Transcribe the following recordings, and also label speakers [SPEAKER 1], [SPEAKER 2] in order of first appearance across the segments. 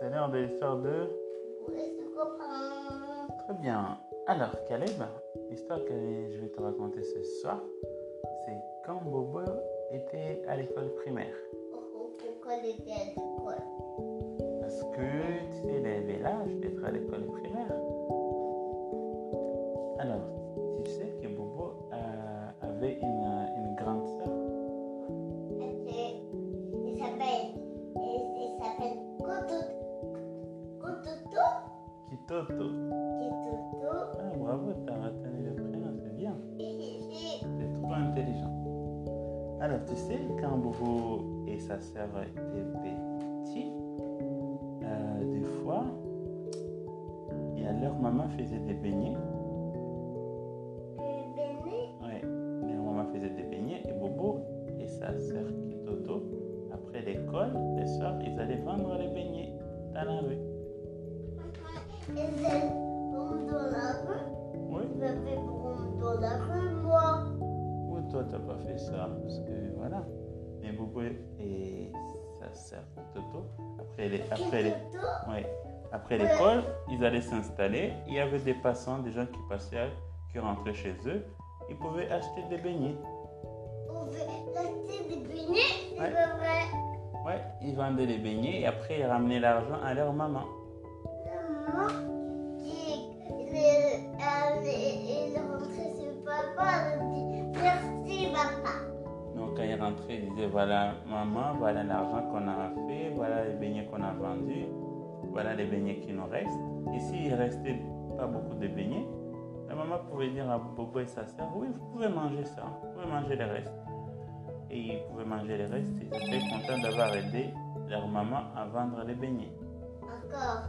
[SPEAKER 1] faire des histoires de...
[SPEAKER 2] Est-ce que copain
[SPEAKER 1] Très bien. Alors, Caleb, l'histoire que je vais te raconter ce soir, c'est quand Bobo était à l'école primaire.
[SPEAKER 2] Pourquoi il était à l'école
[SPEAKER 1] Parce que tu sais, il avait l'âge d'être à l'école primaire. Alors, tu sais que Bobo euh, avait une, une grande sœur.
[SPEAKER 2] Parce que Il s'appelle. Il il s'appelle Kototo. Kototo
[SPEAKER 1] Kitoto.
[SPEAKER 2] Qui est Toto.
[SPEAKER 1] Ah, bravo, t'as retenu le prénom, c'est bien.
[SPEAKER 2] Et- et-
[SPEAKER 1] C'est trop intelligent. Alors, tu sais, quand Bobo et sa sœur étaient petits, euh, des fois, et à leur maman faisait des beignets.
[SPEAKER 2] Le béni.
[SPEAKER 1] Ouais, leur maman faisait des beignets et Bobo et sa sœur Kitoto, après l'école, les soirs, ils allaient vendre les beignets dans la rue.
[SPEAKER 2] Et c'est Boum dans la rue.
[SPEAKER 1] Oui,
[SPEAKER 2] Je fais Boum dans la rue, moi.
[SPEAKER 1] ou toi, t'as pas fait ça parce que voilà. Mais Bobo et sa sœur Kitoto, après les. Après les
[SPEAKER 2] Toto.
[SPEAKER 1] Ouais. Après l'école, ils allaient s'installer. Il y avait des passants, des gens qui passaient, qui rentraient chez eux. Ils pouvaient acheter des beignets.
[SPEAKER 2] On veut l'acheter des beignets. C'est
[SPEAKER 1] Ouais.
[SPEAKER 2] pas vrai.
[SPEAKER 1] Ouais, ils vendaient les beignets et après ils ramenaient l'argent à leur maman.
[SPEAKER 2] Maman, qui il est, elle est- il est rentré chez papa, elle dit merci papa.
[SPEAKER 1] Donc quand ils rentraient, ils disaient voilà maman, voilà l'argent qu'on a fait, voilà les beignets qu'on a vendus, voilà les beignets qui nous restent. Et s'il restait pas beaucoup de beignets, la maman pouvait dire à Bobo et sa sœur oui vous pouvez manger ça, vous pouvez manger les restes. Et ils pouvaient manger les restes. Ils étaient contents d'avoir aidé leur maman à vendre les beignets.
[SPEAKER 2] Encore,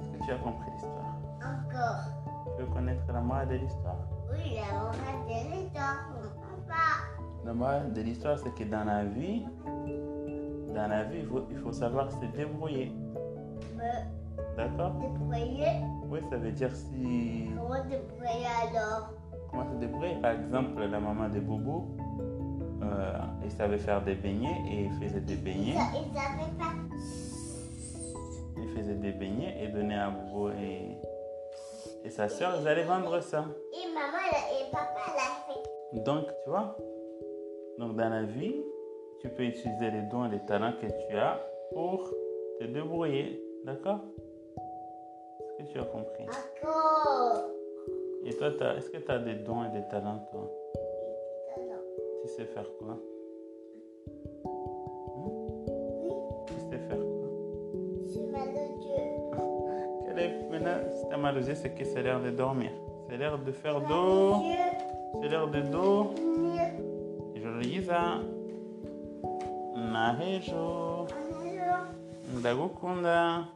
[SPEAKER 1] Est-ce que tu as compris l'histoire
[SPEAKER 2] encore.
[SPEAKER 1] Tu veux connaître la morale de l'histoire
[SPEAKER 2] Oui, la morale de l'histoire, mon papa.
[SPEAKER 1] La morale de l'histoire, c'est que dans la vie, dans la vie, il faut- il faut savoir se débrouiller.
[SPEAKER 2] Me
[SPEAKER 1] D'accord
[SPEAKER 2] débrouiller,
[SPEAKER 1] Oui, ça veut dire si.
[SPEAKER 2] comment débrouiller alors
[SPEAKER 1] Comment se débrouiller Par exemple, la maman de Bobo, euh, elle savait faire des beignets et elle faisait des beignets.
[SPEAKER 2] Ça, il savait pas.
[SPEAKER 1] Elle faisait des beignets et donnait à Bobo et, et sa soeur, ils allaient vendre ça.
[SPEAKER 2] Et maman elle- et papa l'a fait.
[SPEAKER 1] Donc, tu vois, donc dans la vie, tu peux utiliser les dons et les talents que tu as pour te débrouiller. D'accord Est-ce que tu as compris
[SPEAKER 2] Encore.
[SPEAKER 1] Et toi, t'as- est-ce que tu as des dons et des talents, toi
[SPEAKER 2] Alors,
[SPEAKER 1] Tu sais faire quoi
[SPEAKER 2] oui,
[SPEAKER 1] Tu sais faire quoi
[SPEAKER 2] c'est malheureux.
[SPEAKER 1] Quelle est maintenant si t'as mal aux yeux, c'est que c'est l'heure de dormir. C'est l'heure de faire dos.
[SPEAKER 2] Dieu,
[SPEAKER 1] C'est l'heure de dos.
[SPEAKER 2] venir.
[SPEAKER 1] Je le dis ça. Nahejo.
[SPEAKER 2] Un jour.
[SPEAKER 1] Ndagukunda.